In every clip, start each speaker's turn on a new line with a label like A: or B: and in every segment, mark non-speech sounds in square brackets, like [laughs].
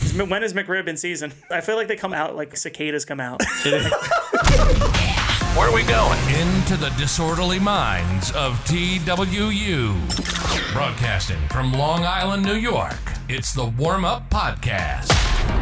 A: Is when is McRib in season? I feel like they come out like cicadas come out.
B: Where are we going?
C: Into the disorderly minds of TWU. Broadcasting from Long Island, New York, it's the Warm Up Podcast.
A: [laughs]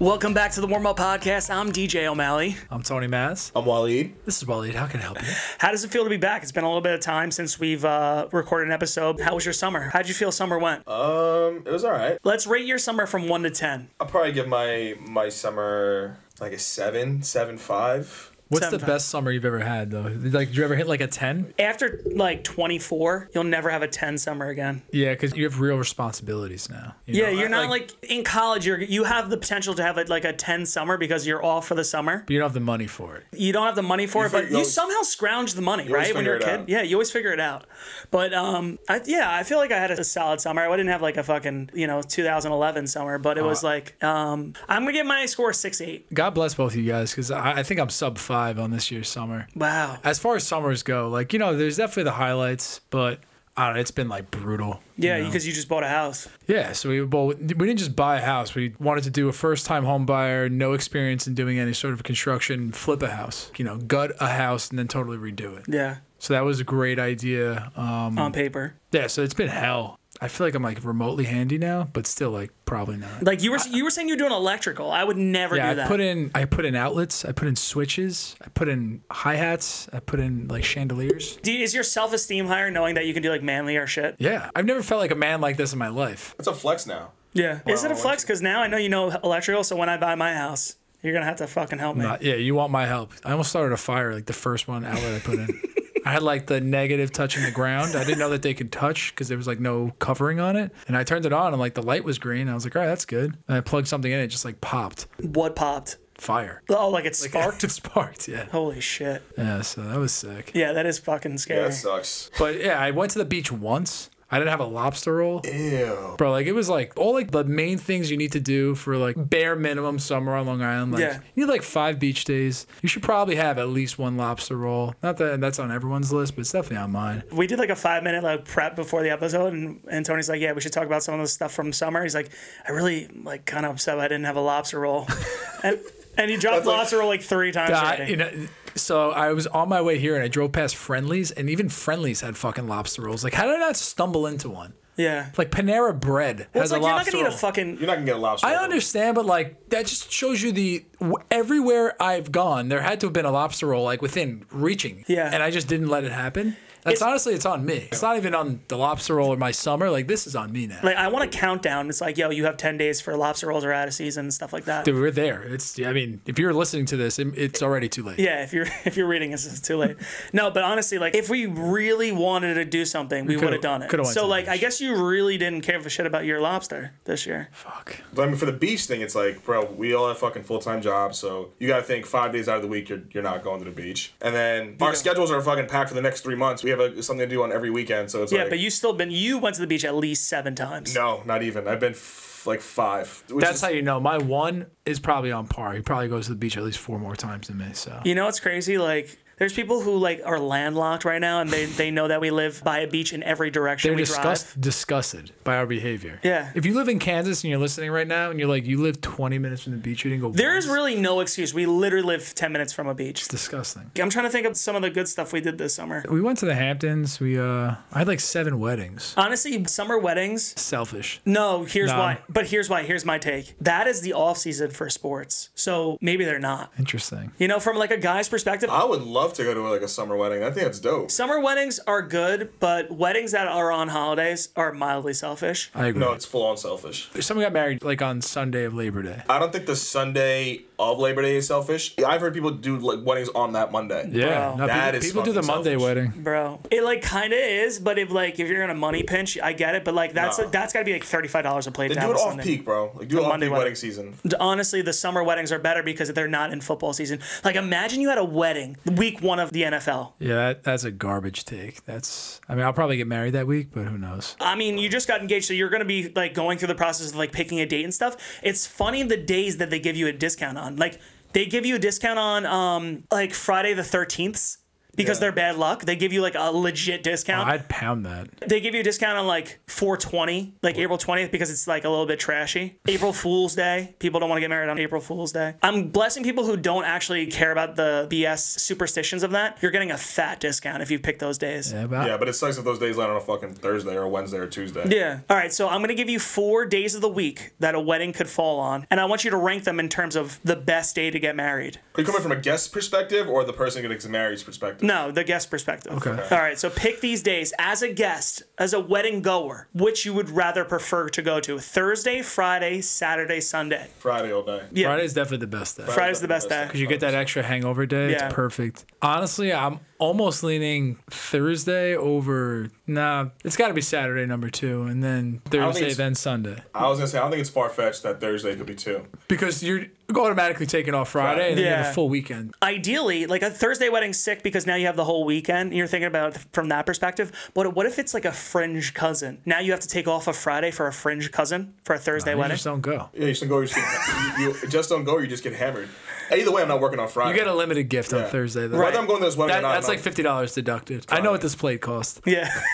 A: Welcome back to the Warm Up Podcast. I'm DJ O'Malley.
D: I'm Tony Mass.
E: I'm Waleed.
D: This is Waleed. How can I help you?
A: How does it feel to be back? It's been a little bit of time since we've uh, recorded an episode. How was your summer? How'd you feel summer went?
D: Uh,
E: Um, it was all right.
A: Let's rate your summer from one to ten.
E: I'll probably give my my summer like a seven, seven five.
D: What's the
A: Sometimes.
D: best summer you've ever had though? Like, did you ever hit like a ten?
A: After like 24, you'll never have a 10 summer again.
D: Yeah, because you have real responsibilities now. you
A: Yeah,
D: know?
A: you're
D: I-
A: not like, in college. You're you have the potential to have a, like a 10 summer because you're off for the summer.
D: you don't have the money for it.
A: You don't have the money for it,
E: fi-
A: but
E: you
A: you
E: always-
A: somehow scrounge the money,
E: always
A: right? When you're a
E: figure it
A: kid,
E: out.
A: yeah, you always figure it out. But um, I, yeah, I feel like I had a solid summer. I didn't have like a fucking you know 2011 summer, but it was like um, I'm gonna give my score a six eight.
D: God bless both of you guys because I, I think I'm sub five on this year's summer.
A: Wow.
D: As far as summers go, like you know, there's definitely the highlights, but I don't know. It's been like brutal.
A: Yeah, because you just bought a house.
D: Yeah, so we well, we didn't just buy a house. We wanted to do a first-time home buyer, no experience in doing any sort of construction, flip a house. You know, gut a house and then totally redo it.
A: Yeah,
D: So that was a great idea. Um,
A: on paper.
D: yeah, so it's been hell. I feel like I'm like remotely handy now, but still like probably not.
A: Like you were you were saying you're doing electrical. I would never
D: Yeah,
A: do
D: I
A: that.
D: put in I put in outlets, I put in switches, I put in hi hats, I put in like chandeliers.
A: do, is your self esteem higher knowing that you can do like manlier shit?
D: Yeah, I've never felt like a man like this in my life.
E: That's a flex now.
A: Yeah. is it a
E: Wow,
A: flex? Because now I know you know electrical, so when I buy my house, you're gonna have to fucking help me.
D: Uh, yeah, you want my help. I almost started a fire like the first one outlet I put in. I had like the negative touching the ground. I didn't know that they could touch because there was like no covering on it. And I turned it on and like the light was green. I was like, all right, that's good. And I plugged something in, it just like popped
A: What popped?
D: fire.
A: Oh, like it
D: [laughs]
A: sparked.
D: It sparked, yeah.
A: Holy shit.
D: Yeah, so that was sick.
A: Yeah, that is fucking
E: Yeah,
A: scary.
E: that sucks.
D: But yeah, I went to the beach once. I didn't have a lobster roll.
E: Ew.
D: Bro, like it was like all like the main things you need to do for like bare minimum summer on Long Island. Like
A: Yeah.
D: you need like five beach days. You should probably have at least one lobster roll. Not that that's on everyone's list, but it's definitely on mine.
A: we did like a five minute like prep before the episode, and, and Tony's like, "Yeah, we should talk about some of the stuff from summer." He's like, "I really like kind of upset I didn't have a lobster roll," [laughs] and and he dropped lobster roll like three times.
D: I,
A: already.
D: you know, so I was on my way here and I drove past Friendlies and even Friendlies had fucking lobster rolls. Like how did I not stumble into one?
A: yeah,
D: Like Panera Bread
A: well, it's
D: has
A: like
D: a
A: you're not
D: lobster
A: gonna eat a
D: roll.
A: fucking.
E: You're not gonna get a lobster.
D: I
E: roll.
D: understand, but like that just shows you the w- everywhere I've gone, there had to have been a lobster roll like within reaching.
A: Yeah.
D: and I just didn't let it happen. That's
A: It's-
D: honestly, it's on me. It's not even on the lobster roll or my summer. Like this is on me now.
A: Like I want a countdown. It's like, yo, you have ten days for lobster rolls are out of season and stuff like that.
D: Dude, we're there. It's. I mean, if you're listening to this, it- it's already too late.
A: Yeah, if you're [laughs] if you're reading this, it's too late. No, but honestly, like if we really wanted to do something, we
D: coulda-
A: would have done it.
D: coulda went to
A: So
D: the
A: like, I
D: beach.
A: guess you really didn't care for shit about your lobster this year.
D: Fuck.
E: But I mean, for the beach thing, it's like, bro, we all have fucking full time jobs, so you gotta think five days out of the week you're, you're not going to the beach. And then our schedules are fucking packed for the next three months. We have a, something to do on every weekend, so it's
A: Yeah,
E: like,
A: but you still been you went to the beach at least seven times.
E: no, not even. I've been f- like five. which
D: That's
E: is-
D: how you know my one is probably on par. He probably goes to the beach at least four more times than me. So
A: You know what's crazy? Like there's people who like are landlocked right now and they, they know that we live by a beach in every direction
D: they're
A: we
D: disgust-
A: drive.
D: disgusted by our behavior.
A: Yeah.
D: If you live in Kansas and you're listening right now and you're like, you live 20 minutes from the beach, you didn't go.
A: There is
D: once,"
A: really no excuse. We literally live ten minutes from a beach.
D: it's disgusting.
A: I'm trying to think of some of the good stuff we did this summer.
D: We went to the Hamptons. We uh, I had like seven weddings.
A: Honestly, summer weddings,
D: Selfish.
A: No, here's
D: No.
A: why. But here's why. Here's my take. That is the off season for sports. So maybe they're not.
D: Interesting.
A: You know, from like a guy's perspective,
E: I would love to go to like a summer wedding. I think that's dope.
A: summer weddings are good, but weddings that are on holidays are mildly selfish.
D: I agree.
E: No, it's full on selfish.
D: Someone got married like on Sunday of Labor Day.
E: I don't think the Sunday of Labor Day is selfish. I've heard people do like weddings on that Monday.
D: Yeah, no,
E: That
D: people,
E: is
D: people do the
E: fucking
D: Monday
E: selfish.
D: wedding.
A: Bro, it like kind of is, but if like if you're in a money pinch, I get it. But like that's
E: Nah.
A: that's got to be like thirty five dollars a plate.
E: They
A: down
E: do it
A: on
E: off
A: Sunday.
E: peak, bro. Like do it off
A: Monday
E: peak
A: wedding.
E: wedding season.
A: Honestly, the summer weddings are better because they're not in football season. Like imagine you had a wedding week one of the NFL.
D: Yeah, that, that's a garbage take. That's. I mean, I'll probably get married that week, but who knows?
E: Uh,
A: I mean, you just got engaged, so you're going to be like going through the process of like picking a date and stuff. It's funny the days that they give you a discount on. Like they give you a discount on um like Friday the 13th. because
E: Yeah.
A: they're bad luck. They give you like a legit discount.
D: I'd pound that.
A: they give you a discount on like 420, like April 20th, because it's like a little bit trashy. April Fool's Day. People don't want to get married on April Fool's Day. I'm blessing people who don't actually care about the BS superstitions of that. You're getting a fat discount if you pick those days.
D: Yeah, but
E: Yeah, but it sucks if those days land on a fucking Thursday or Wednesday or Tuesday.
A: Yeah. All right. So I'm going to give you four days of the week that a wedding could fall on. And I want you to rank them in terms of the best day to get married.
E: Are you coming from a guest perspective or the person getting married's perspective?
A: No, the guest perspective.
D: Okay.
A: All right. So pick these days as a guest, as a wedding goer, which you would rather prefer to go to Thursday, Friday, Saturday, Sunday.
E: Friday all day.
A: Yeah.
D: Friday's definitely the best day.
A: Friday's the best day.
D: Because you get that extra hangover day.
A: Yeah.
D: It's perfect. Honestly, I'm almost leaning Thursday over. Nah, it's got to be Saturday number two, and then Thursday,
E: it's-
D: then Sunday.
E: I was gonna say I don't think it's far fetched that Thursday could be two.
D: Because you're automatically taking off Friday, and then you
A: Yeah.
D: get a full weekend.
A: Ideally, like a Thursday wedding's sick because now you have the whole weekend and you're thinking about it from that perspective. But what if it's like a fringe cousin? Now you have to take off a Friday for a fringe cousin for a Thursday
D: You
A: wedding.
D: just don't go.
E: Yeah, you just don't go. You just, get, you, you just don't go. Or you just get hammered. Either way, I'm not working on Friday.
D: You get a limited gift on
E: Yeah.
D: Thursday. Though.
E: Whether I'm going to this wedding
D: That,
E: or not,
D: that's
E: I'm
D: like fifty dollars deducted. I know what this plate cost.
A: Yeah. [laughs]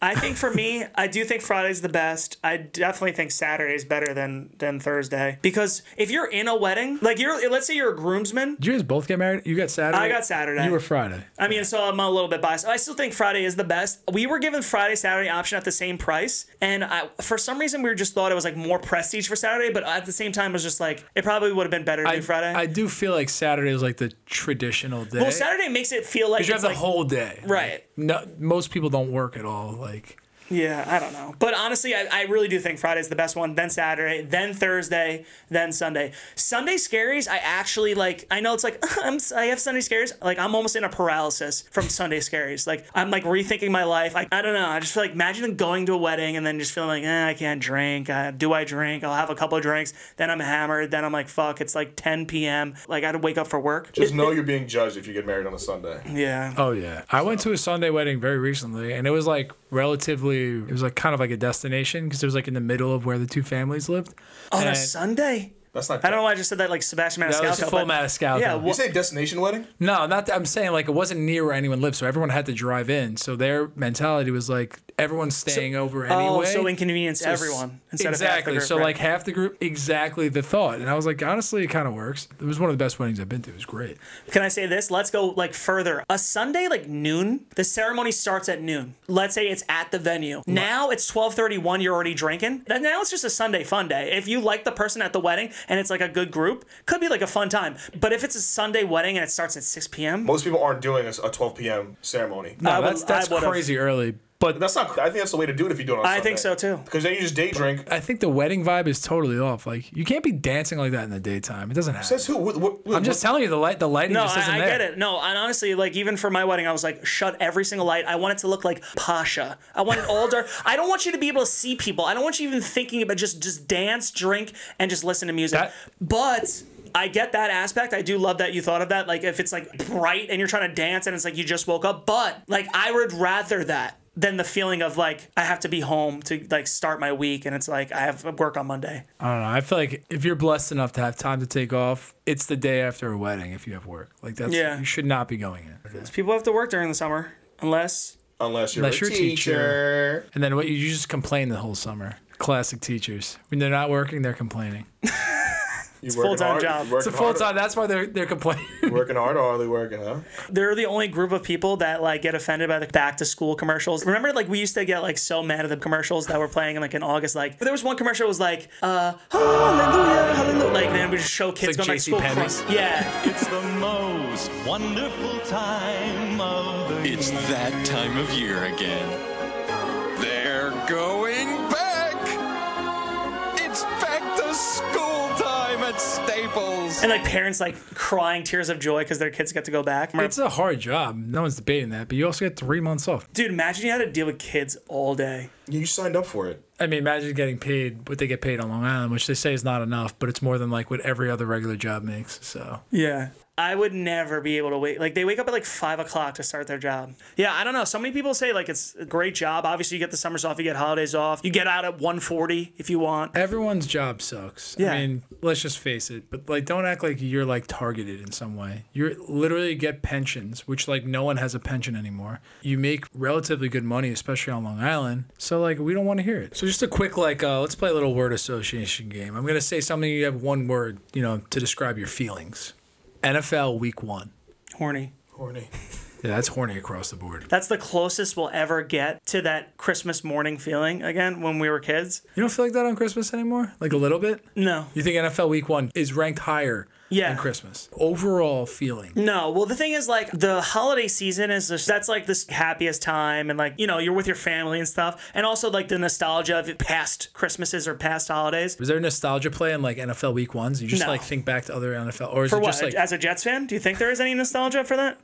A: I think for me, I do think Friday's the best. I definitely think Saturday's better than than Thursday because if you're in a wedding, like you're, let's say you're a groomsman.
D: Did you guys both get married? You got Saturday.
A: I got Saturday.
D: You were Friday.
A: I mean, so I'm a little bit biased. I still think Friday is the best. We were given Friday, Saturday option at the same price, and I, for some reason, we were just thought it was like more prestige for Saturday, but at the same time, it was just like it probably would have been better to do Friday.
D: I do feel like Saturday is like the traditional day.
A: well, Saturday makes it feel like
D: you have
A: it's
D: the
A: like,
D: whole day.
A: right.
D: No, most people don't work at all. Like
A: Yeah, I don't know. But honestly, I, I really do think Friday's the best one, then Saturday, then Thursday, then Sunday. Sunday scaries, I actually like, I know it's like, [laughs] I'm, s- I have Sunday scaries. Like, I'm almost in a paralysis from Sunday scaries. Like, I'm like rethinking my life. Like, I don't know. I just feel like, imagine going to a wedding and then just feeling like, eh, I can't drink. Uh, do I drink? I'll have a couple of drinks. Then I'm hammered. Then I'm like, fuck, it's like 10 p.m. Like, I had to wake up for work.
E: just know you're being judged if you get married on a Sunday.
A: Yeah.
D: Oh yeah. I went to a Sunday wedding very recently and it was like relatively it was like kind of like a destination because it was like in the middle of where the two families lived.
A: On a
D: and-
A: Sunday?
E: That's not.
A: I don't know why I just said that like Sebastian Maniscalco.
D: That was full
A: but-
D: Maniscalco.
A: Yeah, wha-
E: You say destination wedding?
D: No, not that I'm saying like it wasn't near where anyone lived, so everyone had to drive in. So their mentality was like everyone's staying over anyway.
A: Oh, so inconvenience
D: So s-
A: everyone instead
D: exactly.
A: of half the group,
D: so
A: right.
D: like half the group exactly the thought. And I was like, honestly, it kinda works. It was one of the best weddings I've been to. It was great.
A: can I say this? Let's go like further. A Sunday like noon, the ceremony starts at noon. Let's say it's at the venue. Now it's 12:31, you're already drinking. Then now it's just a Sunday fun day. If you like the person at the wedding and it's like a good group, could be like a fun time. But if it's a Sunday wedding and it starts at 6 p.m.,
E: Most people aren't doing a, s- a 12 p.m. ceremony.
D: No,
A: I would-
D: that's that's
A: I would've-
D: crazy early. But
E: That's not. I think that's the way to do it if you do it on.
A: I think so too.
E: Because then you just day drink.
D: I think the wedding vibe is totally off. Like you can't be dancing like that in the daytime. It doesn't happen.
E: That's who. What, what,
D: I'm just telling you, the light, the lighting
A: No,
D: just isn't
A: I, I
D: there.
A: get it. No, and honestly, like even for my wedding, I was like, shut every single light. I want it to look like Pasha. I want it all dark. I don't want you to be able to see people. I don't want you even thinking about just just dance, drink, and just listen to music.
D: That-
A: but I get that aspect. I do love that you thought of that. Like if it's like bright and you're trying to dance and it's like you just woke up. But like I would rather that than the feeling of like I have to be home to like start my week and it's like I have work on Monday.
D: I don't know. I feel like if you're blessed enough to have time to take off, it's the day after a wedding. If you have work, like that's
A: Yeah.
D: you should not be going in.
A: People have to work during the summer unless
E: Unless you're
D: Unless
E: a
D: you're a teacher.
E: teacher.
D: And then what you you just complain the whole summer. Classic teachers when they're not working, they're complaining.
E: It's
A: full-time job.
D: It's a full time. That's why they're they're complaining. [laughs]
E: Working hard or hardly working, huh?
A: they're the only group of people that like get offended by the back to school commercials. Remember, like we used to get like so mad at the commercials that were playing in like in August. Like there was one commercial that was like, uh, hallelujah, hallelujah. Like then we just show kids
D: It's like
A: going back to school.
D: JCPenney's.
A: crying. Yeah,
B: It's the most wonderful time of the
F: It's that time of year again. They're going back. It's back to school time at Staples.
A: and like parents like crying tears of joy because their kids get to go back.
D: It's a hard job. No one's debating that. But you also get three months off.
A: Dude, imagine you had to deal with kids all day.
E: You signed up for it.
D: I mean, imagine getting paid what they get paid on Long Island, which they say is not enough, but it's more than like what every other regular job makes. So
A: Yeah. I would never be able to wait. Like they wake up at like five o'clock to start their job. Yeah, I don't know. So many people say like it's a great job. Obviously, you get the summers off, you get holidays off, you get out at 1:40 if you want.
D: everyone's job sucks.
A: Yeah.
D: I mean, let's just face it. But like, don't don't act like you're like targeted in some way. You literally get pensions, which like no one has a pension anymore. You make relatively good money, especially on Long Island. So like we don't want to hear it. So just a quick like uh, let's play a little word association game. I'm gonna say something. You have one word, you know, to describe your feelings. NFL Week One.
A: Horny.
E: Horny.
D: Yeah, that's horny across the board.
A: That's the closest we'll ever get to that Christmas morning feeling again when we were kids.
D: You don't feel like that on Christmas anymore? Like a little bit?
A: No.
D: You think NFL Week One is ranked higher
A: Yeah.
D: than Christmas? Overall feeling.
A: No, well, the thing is, like, the holiday season is just, that's like this happiest time, and like, you know, you're with your family and stuff, and also like the nostalgia of past Christmases or past holidays.
D: Was there nostalgia play in like NFL Week Ones? You just
A: No.
D: like think back to other NFL, or is
A: For
D: it
A: what?
D: just like
A: as a Jets fan, do you think there is any nostalgia for that?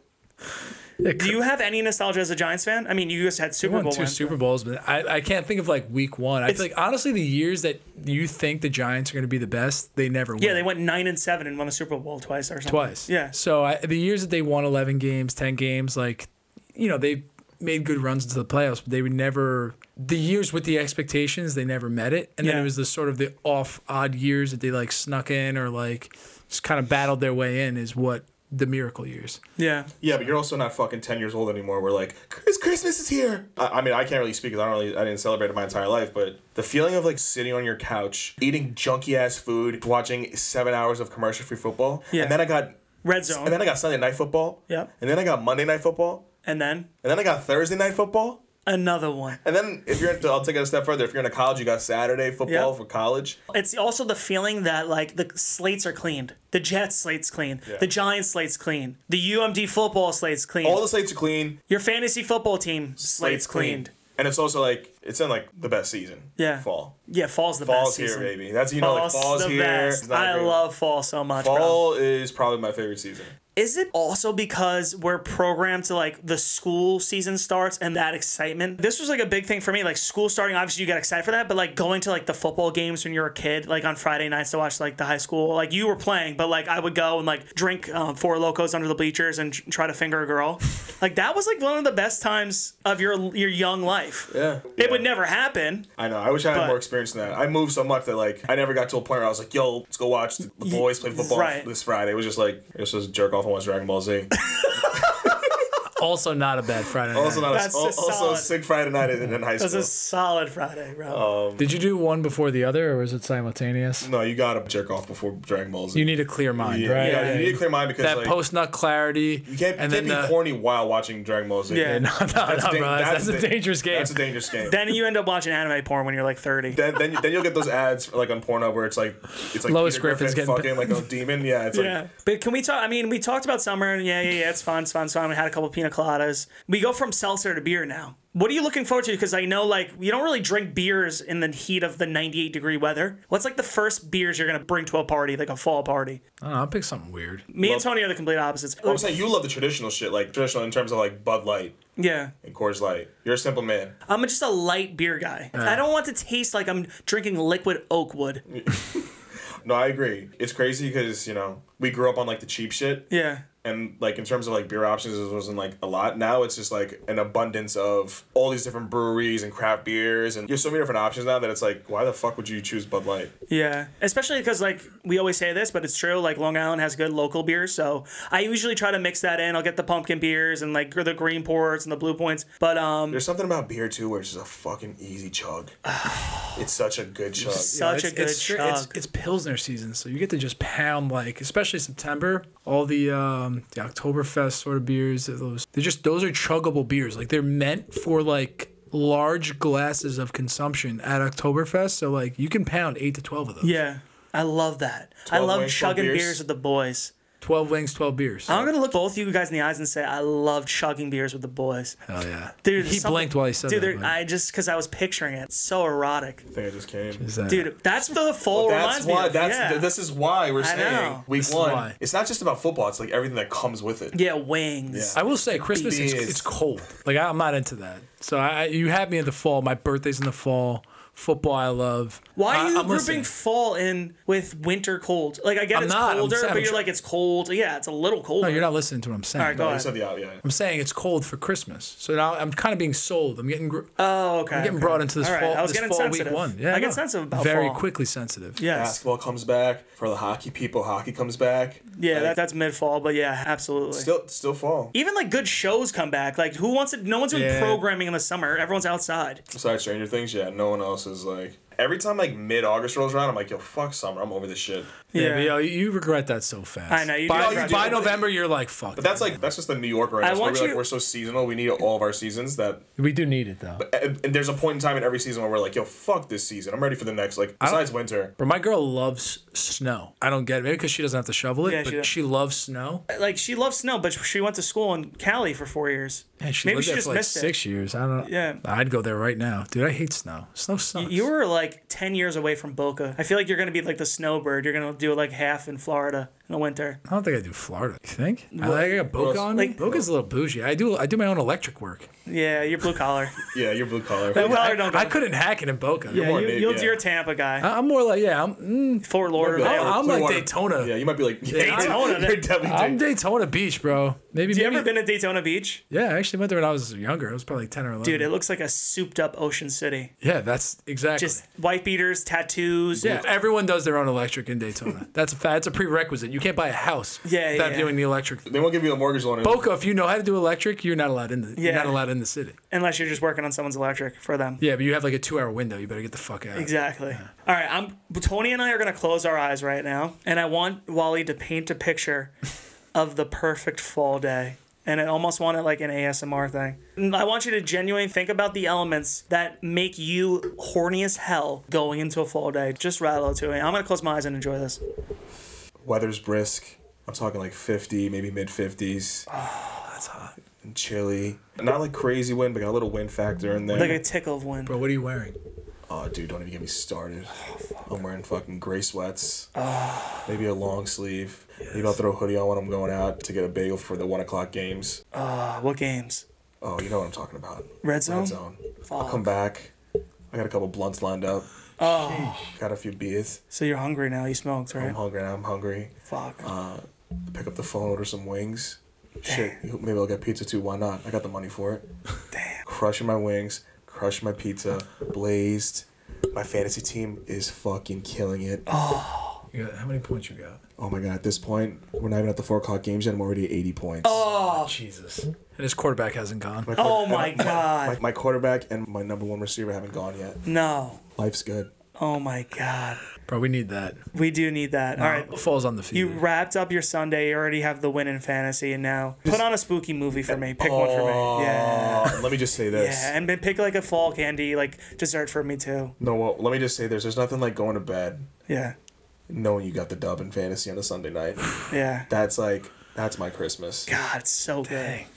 A: Do you have any nostalgia as a Giants fan? I mean, you just had Super
D: won
A: Bowl
D: two
A: wins.
D: Super Bowls? But I, I can't think of like Week One. I feel like honestly, the years that you think the Giants are going to be the best, they never win.
A: yeah, they went nine and seven and won the Super Bowl twice or something.
D: twice.
A: Yeah.
D: So I, the years that they won 11 games, 10 games, like, you know, they made good runs into the playoffs, but they would never, the years with the expectations, they never met it. And then
A: Yeah.
D: it was the sort of the off odd years that they like snuck in or like just kind of battled their way in is what the miracle years.
A: Yeah.
E: Yeah, but you're also not fucking ten years old anymore. We're like, Chris, Christmas is here. I, I mean, I can't really speak because I don't really, I didn't celebrate it my entire life. But the feeling of like sitting on your couch, eating junky ass food, watching seven hours of commercial free football,
A: Yeah.
E: and then I got,
A: Red
E: and then
A: zone.
E: I got Sunday night football.
A: Yep.
E: And then I got Monday night football,
A: And then
E: and then I got Thursday night football.
A: another one.
E: And then if you're, into, I'll take it a step further. If you're in a college, you got Saturday football
A: Yep.
E: for college.
A: It's also the feeling that like the slates are cleaned. The Jets slates clean. The Giants slates clean. The UMD football slates clean.
E: All the slates are clean.
A: Your fantasy football team slates cleaned.
E: And it's also like it's in like the best season.
A: Yeah.
E: Fall.
A: Yeah, fall's the
E: Fall's
A: best.
E: here,
A: season.
E: baby. That's you know, like fall's
A: the
E: here.
A: best.
E: It's not
A: I
E: great.
A: love fall so much. Bro.
E: Fall is probably my favorite season.
A: Is it also because we're programmed to like the school season starts and that excitement? This was like a big thing for me. Like school starting, obviously you get excited for that, but like going to like the football games when you're a kid, like on Friday nights to watch like the high school, like you were playing, but like I would go and like drink um, four locos under the bleachers and tr- try to finger a girl. like that was like one of the best times of your your young life.
E: Yeah.
A: It would never happen.
E: I know. I wish I had
A: But-
E: more experience than that. I moved so much that like I never got to a point where I was like, "Yo, let's go watch the the boys play football
A: right.
E: this Friday." It was just like it was just jerk off and watch Dragon Ball Z.
D: Also, not a bad Friday.
E: also
D: night.
E: not a,
A: That's
E: al-
A: just
E: also a
A: solid.
E: sick Friday night in, in high
A: It was
E: school.
A: a solid Friday, bro.
D: Did you do one before the other, or was it simultaneous?
E: No, you gotta jerk off before Dragon Ball Z.
D: You need a clear mind,
E: yeah,
D: right?
E: you, gotta- you need to clear mind because
D: that
E: like,
D: post nut clarity.
E: you can't,
D: and
E: you can't
D: then
E: be
D: the,
E: horny while watching Dragon Ball Z.
A: Yeah,
D: [laughs] No, no, no,
E: dang-
D: bro, that's,
E: da-
D: a dangerous game.
E: That's a dangerous game.
A: then you end up watching anime porn when you're like 30.
E: then, then, then you'll get those ads like on Pornhub where it's like it's like
D: Lois
E: Peter
D: Griffin's
E: Griffin
D: getting-
E: fucking like a demon. Yeah, it's
A: Yeah,
E: like
A: but can we talk? I mean, we talked about summer, and yeah, yeah, yeah, it's fun, it's fun, it's fun. We had a couple pina coladas. We go from seltzer to beer now. What are you looking forward to? Because I know, like, you don't really drink beers in the heat of the 98 degree weather. What's like the first beers you're gonna bring to a party, like a fall party?
D: I don't know, I'll pick something weird.
A: Me and Tony are the complete opposites.
E: I'm saying you love the traditional shit, like traditional in terms of like Bud Light
A: Yeah,
E: and Coors Light. You're a simple man.
A: I'm just a light beer guy. I don't want to taste like I'm drinking liquid oak wood.
E: No, I agree. It's crazy because you know we grew up on like the cheap shit,
A: Yeah,
E: and like in terms of like beer options, it wasn't like a lot. Now it's just like an abundance of all these different breweries and craft beers, and you have so many different options now that it's like, why the fuck would you choose Bud Light?
A: yeah. Especially because like we always say this, but it's true. Like Long Island has good local beer, so I usually try to mix that in. I'll get the pumpkin beers and like the green ports and the blue points. But um,
E: There's something about beer too where it's just a fucking
D: [sighs]
E: easy chug. it's such a good chug.
A: such a good
D: it's,
A: chug.
D: It's, it's Pilsner season, so you get to just pound like, especially September. All the um, the Oktoberfest sort of beers, those they're just those are chuggable beers. Like they're meant for like large glasses of consumption at Oktoberfest. So like you can pound eight to twelve of those.
A: yeah, I love that. I
E: 12
A: love
E: wings, 12
A: chugging
E: beers.
A: beers with the boys.
D: Twelve wings, twelve beers.
A: I'm gonna look both you guys in the eyes and say I love chugging beers with the boys.
D: Hell Oh, yeah.
A: Dude,
D: he
A: something-
D: blinked while he said
A: dude,
D: that.
A: there-
D: but-
A: I just because I was picturing it. So erotic,
E: I think I just came.
D: Is that-
A: dude. That's what the fall
E: That's
A: reminds me
E: why.
A: of.
E: That's
A: yeah.
E: th- this is why we're saying
A: know.
E: week
D: This is
E: one.
D: why.
E: It's not just about football. It's like everything that comes with it.
A: yeah, wings.
D: I will say Christmas it's,
E: Bees.
D: it's cold. Like I- I'm not into that. So I I- you have me in the fall. My birthday's in the fall. football I love.
A: Why
D: I-
A: are you
D: I'm
A: grouping
D: listening.
A: fall in with winter cold? Like I get
D: I'm
A: it's
D: not, I'm
A: colder,
D: saying-
A: but you're like it's cold. Yeah, it's a little colder.
D: No, you're not listening to what I'm saying.
A: All right, go
E: I
A: ahead.
E: said the out, yeah.
D: I'm saying it's cold for Christmas. So now I'm kind of being sold. I'm getting gr-
A: oh, okay.
D: getting
A: okay.
D: brought into this
A: All right,
D: fall.
A: I was
D: this
A: getting
D: fall
A: sensitive.
D: week one. Yeah,
A: I get
D: no.
A: sensitive about
D: very
A: fall.
D: quickly sensitive.
A: Yes.
E: Basketball comes back for the hockey people. Hockey comes back.
A: Yeah, that, that's mid fall, but yeah, absolutely.
E: Still, still fall.
A: Even like good shows come back. Like who wants it? No one's doing
D: Yeah.
A: programming in the summer. Everyone's outside.
E: Besides Stranger Things, yeah, no one else is like. Every time like mid August rolls around, I'm like, yo, fuck summer. I'm over this shit.
D: Yeah,
A: Yeah.
D: but yo, you regret that so fast.
A: I know, you do
D: by,
A: regret
D: by
E: that.
D: November, you're like, fuck.
E: But that's like that's just the New Yorker
A: I
E: right now. So
A: want
E: we're like
A: you-
E: we're so seasonal. We need all of our seasons. That
D: we do need it though.
E: and, and there's a point in time in every season where we're like, yo, fuck this season. I'm ready for the next. Like besides winter,
D: But my girl loves snow. I don't get it. Maybe because she doesn't have to shovel it,
A: Yeah, she
D: but
A: don't-
D: she loves snow.
A: Like she loves snow, but she went to school in Cali for four years.
D: And she
A: Maybe
D: lived
A: she
D: there
A: just
D: for like
A: missed it.
D: six years. I don't.
A: Yeah.
D: I'd go there right now, dude. I hate snow. Snow sucks.
A: You were like ten years away from Boca. I feel like you're gonna be like the snowbird. You're gonna do like half in Florida in the winter.
D: I don't think I do Florida. You think? I, like, I got Boca on me.
A: like-
D: Boca's a little bougie. I do. I do my own electric work.
A: Yeah, you're blue collar.
E: yeah, you're blue collar.
A: well,
D: I,
A: I don't.
D: I couldn't hack it in Boca.
A: yeah,
E: more
A: you,
E: Nate,
A: you'll
E: yeah.
A: do your Tampa guy.
D: I- I'm more like yeah. I'm mm,
A: Fort
E: You're
A: Lauderdale.
E: like,
D: I'm like
E: Clearwater.
D: Daytona.
E: Yeah, you might be like
D: I'm-
E: Daytona. You're definitely
D: I'm
E: Daytona.
D: Daytona Beach, bro. Maybe.
A: Have you
D: maybe
A: ever been to Daytona Beach?
D: yeah, I actually went there when I was younger. I was probably like ten or eleven.
A: Dude, it
E: Mm-hmm.
A: looks like a souped up Ocean City.
D: yeah, that's exactly.
A: Just white beaters, tattoos.
D: Yeah, everyone does their own electric
A: [laughs]
D: in Daytona. That's a fa- that's a prerequisite. You can't buy a house
A: Yeah,
D: without
A: yeah.
D: doing the electric.
E: They won't give you a mortgage loan. in-
D: Boca, if you know how to do electric, you're not allowed in the you're
A: Yeah.
D: not allowed in the city.
A: Unless you're just working on someone's electric for them.
D: Yeah, but you have like a two hour window. You better get the fuck out.
A: Exactly. All right, I'm Tony and I are gonna close our eyes right now, and I want Wally to paint a
E: [laughs]
A: picture of the perfect fall day. And I almost want it like an ASMR thing. And I want you to genuinely think about the elements that make you horny as hell going into a fall day. Just rattle it to me. I'm gonna close my eyes and enjoy this.
E: Weather's brisk. I'm talking like 50, maybe mid 50s. Oh, that's hot. And chilly. Not like crazy wind, but got a little wind factor in there.
A: Like a tickle of wind.
D: Bro, what are you wearing?
E: Oh, dude, don't even get me started. I'm wearing fucking gray sweats. Maybe a long sleeve. Maybe I'll throw a hoodie on when I'm going out to get a bagel for the one o'clock games.
A: Uh, what games?
E: Oh, you know what I'm talking about.
A: Red zone?
E: Red zone. I'll come back. I got a couple blunts lined up. Oh. Got a few beers.
A: So you're hungry now. You smoked, right?
E: I'm hungry now. I'm hungry.
A: Fuck.
E: Pick up the phone, order some wings. Shit, maybe I'll get pizza too. Why not? I got the money for it. Damn. Crushing my wings, crushing my pizza, blazed. My fantasy team is fucking killing it.
D: You got, how many points you got?
E: Oh my god, at this point, we're not even at the four o'clock games yet. I'm already at 80 points.
D: Oh Jesus! And his quarterback hasn't gone.
E: [laughs] My
A: oh
E: quar-
A: my
E: and I-
A: god.
E: My, my quarterback and my number one receiver haven't gone yet.
A: no.
E: Life's good.
A: Oh my god.
D: Bro, we need that.
A: We do need that. All right.
D: falls on the feet.
A: You wrapped up your Sunday. You already have the win in fantasy, and now put on a spooky movie for me. Pick one for me. Yeah.
E: Uh, let me just say this.
A: Yeah, and then pick like a fall candy, like dessert for me too.
E: No, well, let me just say this. There's nothing like going to bed
A: Yeah,
E: knowing you got the dub in fantasy on a Sunday night.
A: yeah.
E: That's like, that's my Christmas.
A: God, it's so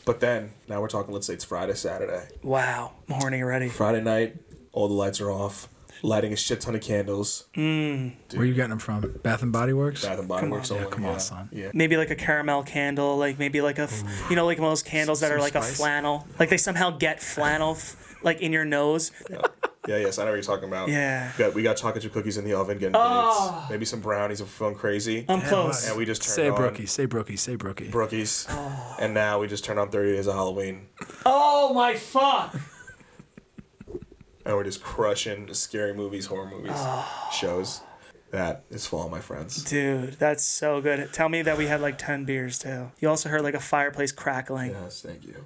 E: But then, now we're talking, let's say it's Friday, Saturday.
A: good. Wow, I'm horny already.
E: Friday night, all the lights are off, lighting a shit ton of candles.
D: Where you getting them from? Bath and Body Works.
E: Bath and Body Works
D: yeah,
E: only,
D: come on, son.
E: Yeah.
A: Maybe like a caramel candle, like maybe like a, f- you know, like one of those candles that are like a
D: spice.
A: flannel. Like they somehow get flannel, f- like in your nose.
E: Yeah, yes, I know what you're talking about.
A: Yeah. Oh.
E: We got, we got chocolate chip cookies in the oven getting baked. Maybe some brownies if we're going crazy.
A: I'm close.
E: and we just turned
D: Say
E: on
D: brookie. Say brookie. Say brookie.
E: Brookies. And now we just turned on 30 Days of Halloween.
A: Oh my fuck!
E: And we're just crushing scary movies, horror movies,
A: Oh.
E: shows. That is fall, my friends.
A: Dude, that's so good. Tell me that we had like 10 beers too. You also heard like a fireplace crackling.
E: Yes, thank you.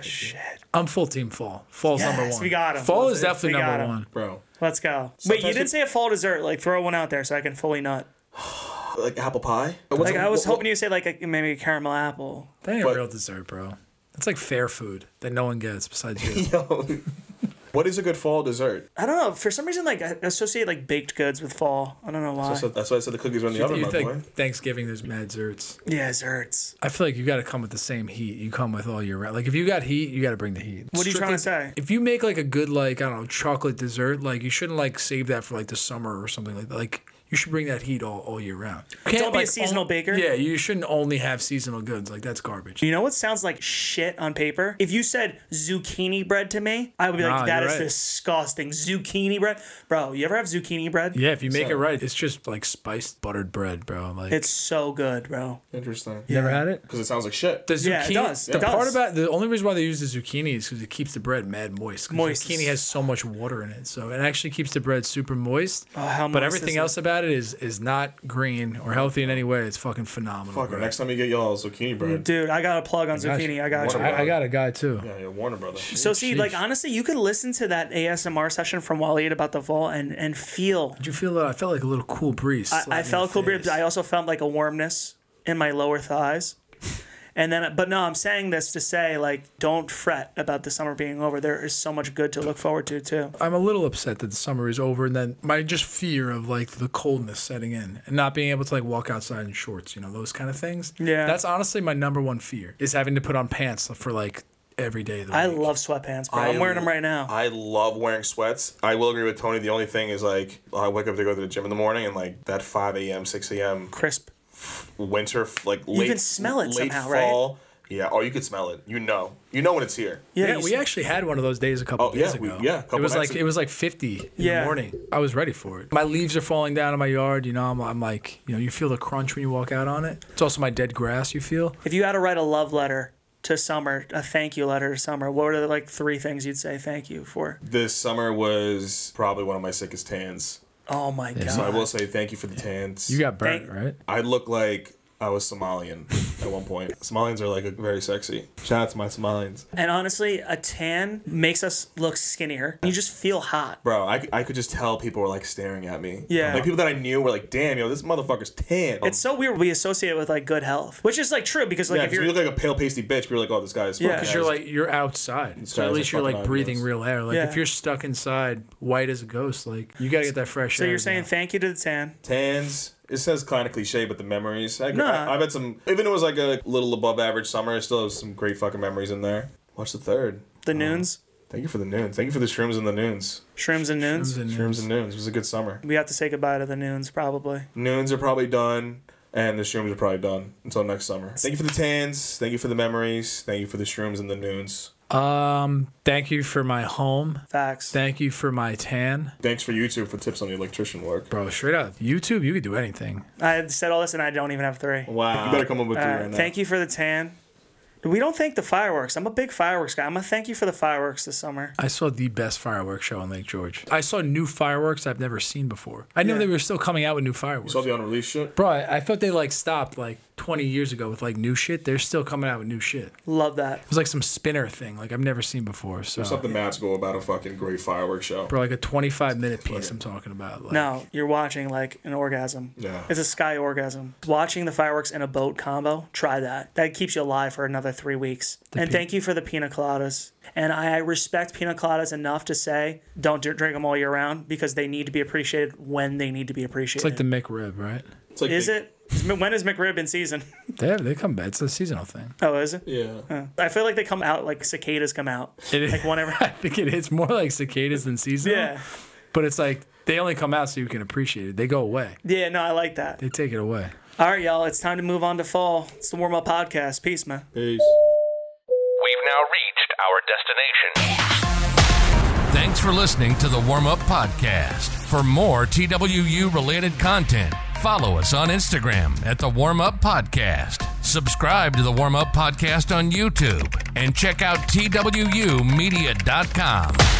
A: Shit.
D: I'm full team fall. Fall's number
A: Yes,
D: one.
A: we got 'em.
D: Fall is
A: We
D: definitely
A: got
D: number
A: 'em.
D: one.
E: Bro,
A: Let's go. Wait, you
E: Sometimes
A: didn't
E: we-
A: say a fall dessert. Like, throw one out there so I can fully nut.
E: like apple pie?
A: Like, I was hoping you say like a, maybe a caramel apple.
D: That ain't a
E: But-
D: real dessert, bro. That's like fair food that no one gets besides [laughs] you.
E: [laughs] you. what is a good fall dessert?
A: I don't know. For some reason, like I associate like baked goods with fall. I don't know why.
E: So that's why I said the cookies were in the oven,
D: you
E: my boy.
D: think Thanksgiving there's mad desserts?
A: yeah, desserts.
D: I feel like you got to come with the same heat you come with all year round. Like if you got heat, you got to bring the heat.
A: What are you trying to say?
D: If you make like a good like I don't know chocolate dessert, like you shouldn't like save that for like the summer or something like that. Like you should bring that heat all, all year round.
A: Don't be a seasonal baker.
D: Yeah, you shouldn't only have seasonal goods. Like that's garbage.
A: You know what sounds like shit on paper? If you said zucchini bread to me, I would be
D: Nah,
A: like, that
D: you're
A: is
D: right.
A: disgusting. Zucchini bread? Bro, you ever have zucchini bread?
D: Yeah, if you make it right, it's just like spiced buttered bread, bro. Like
A: It's so good, bro.
E: Interesting.
D: never had it.
E: Because it sounds like shit.
D: The zucchini,
A: Yeah, it does, it
D: the part
A: does.
D: about the only reason why they use the zucchini is because it keeps the bread mad moist. 'cause
A: Moist.
D: Zucchini has so much water in it, so it actually keeps the bread super moist. Oh,
A: how
D: but
A: moist
D: everything
A: is it?
D: else about it is is not green or healthy in any way. It's fucking phenomenal.
E: Fucker,
D: bro.
E: next time you get y'all zucchini bread.
A: Dude, I got a plug on zucchini. I got
E: What
A: you.
E: a-
D: I, I got a guy too.
E: Yeah, yeah, Warner Brothers.
A: So see, like
D: Sheesh.
A: honestly, you could listen to that ASMR session from Waleed about the fall and and feel.
D: Did you feel that? I felt like a little cool breeze.
A: I, I
D: slap in
A: felt
D: the
A: cool, but
D: face.
A: I also felt like a warmness in my lower thighs. And then, but no, I'm saying this to say, like, don't fret about the summer being over. There is so much good to look forward to, too.
D: I'm a little upset that the summer is over, and then my just fear of like the coldness setting in and not being able to like walk outside in shorts, you know, those kind of things.
A: Yeah.
D: that's honestly my number one fear is having to put on pants for like every day. Of the
A: I
D: week.
A: love sweatpants, bro. I,
E: I-
A: am wearing them right now.
E: I love wearing sweats. I will agree with Tony. The only thing is like I wake up to go to the gym in the morning and like that 5 a.m. 6 a.m.
A: Crisp.
E: winter f- like late
A: can smell it
E: late
A: somehow, right?
E: fall. Yeah. Oh, you could smell it. You know. You know when it's here.
A: Yeah,
D: Yeah,
A: you
D: we
A: s-
D: actually had one of those days a couple
E: Oh, yeah,
D: days
E: we-
D: ago.
E: yeah, a couple
D: it was
E: nights
D: like
E: ago.
D: it was like 50 in
A: Yeah.
D: the morning. I was ready for it. My leaves are falling down in my yard. You know, I'm, I'm like, you know, you feel the crunch when you walk out on it. It's also my dead grass. You feel
A: If you had to write a love letter to summer, a thank you letter to summer, what are the like three things you'd say thank you for?
E: This summer was probably one of my sickest tans.
A: Oh my god.
E: So I will say thank you for the tans.
D: you got burnt,
A: Thank-
D: right?
E: I look like I was Somalian at one point. Somalians are like very sexy. Shout out to my Somalians.
A: And honestly, a tan makes us look skinnier. You just feel hot.
E: Bro, I, I could just tell people were like staring at me.
A: Yeah.
E: Like people that I knew were like, damn, yo, this motherfucker's tan.
A: It's so weird we associate it with like good health, which is like true because like
E: yeah,
A: if
E: because
A: you're
E: we look like a pale pasty bitch. We were like, oh, this guy is
A: Yeah.
E: fucking
A: 'Cause
D: You're
E: nice.
D: like you're outside, so at
E: guys are
D: least you're
E: fucking
D: like breathing
E: ideals.
D: real air. Like
A: Yeah.
D: if you're stuck inside, white as a ghost, like you gotta get that fresh
A: so
D: air.
A: you're saying
D: bro.
A: thank you to the tan.
E: tans. It says kind of cliche, but the memories. I,
A: Nah.
E: I, have had some. Even it was like a little above average summer. I still have some great fucking memories in there. Watch the third.
D: Uh-huh.
A: The noons,
E: Thank you for the noons. Thank you for the shrooms and the noons.
A: shrooms and noons.
D: And
E: Shrooms and noons. It was a good summer.
A: we have to say goodbye to the noons probably.
E: Noons are probably done, and the shrooms are probably done until next summer. Thank you for the tans. Thank you for the memories. Thank you for the shrooms and the noons.
D: Thank you for my home.
A: Facts.
D: Thank you for my tan,
E: Thanks for YouTube for tips on the electrician work.
D: bro. Straight up, YouTube, you could do anything.
A: I said all this and I don't even have three.
E: Wow. You better come up with three
A: Uh,
E: right now.
A: thank you for the tan. We don't thank the fireworks. I'm a big fireworks guy. I'm gonna thank you for the fireworks this summer.
D: I saw the best fireworks show in Lake George. I saw new fireworks I've never seen before. I knew they were still coming out with new fireworks.
E: Saw the unreleased shit.
D: Bro, I, I thought they like stopped like 20 years ago with like new shit. They're still coming out with new shit. It
A: Love that.
D: was like some spinner thing like I've never seen before. So,
E: Something magical about a fucking great fireworks show.
D: bro, like a 25 minute piece I'm talking about. Like,
A: No, you're watching like an orgasm.
E: Yeah.
A: It's a sky orgasm. Watching the fireworks in a boat combo, try that. That keeps you alive for another three weeks. and
D: pi-
A: thank you for the pina coladas. And I respect pina coladas enough to say don't dr- drink them all year round because they need to be appreciated when they need to be
D: It's like
A: appreciated.
D: the McRib, right?
E: It's like
A: is
E: the-
A: it? Is- When is McRib in season? [laughs]
D: They have, they come back. It's a seasonal thing.
A: Oh, is it?
E: Yeah.
A: I feel like they come out like cicadas come out.
D: It-
A: Like whenever.
D: [laughs] I think it, it's more like cicadas than seasonal.
A: Yeah.
D: But it's like they only come out so you can appreciate it. They go away.
A: Yeah, no, I like that.
D: They take it away.
A: All right, y'all. It's time to move on to fall. It's the warm up podcast. Peace, man.
E: Peace.
G: We've now reached our destination.
C: Thanks for listening to the Warm Up Podcast. For more TWU related content, follow us on Instagram at the Warm Up Podcast. Subscribe to the Warm Up Podcast on YouTube and check out TWUmedia.com.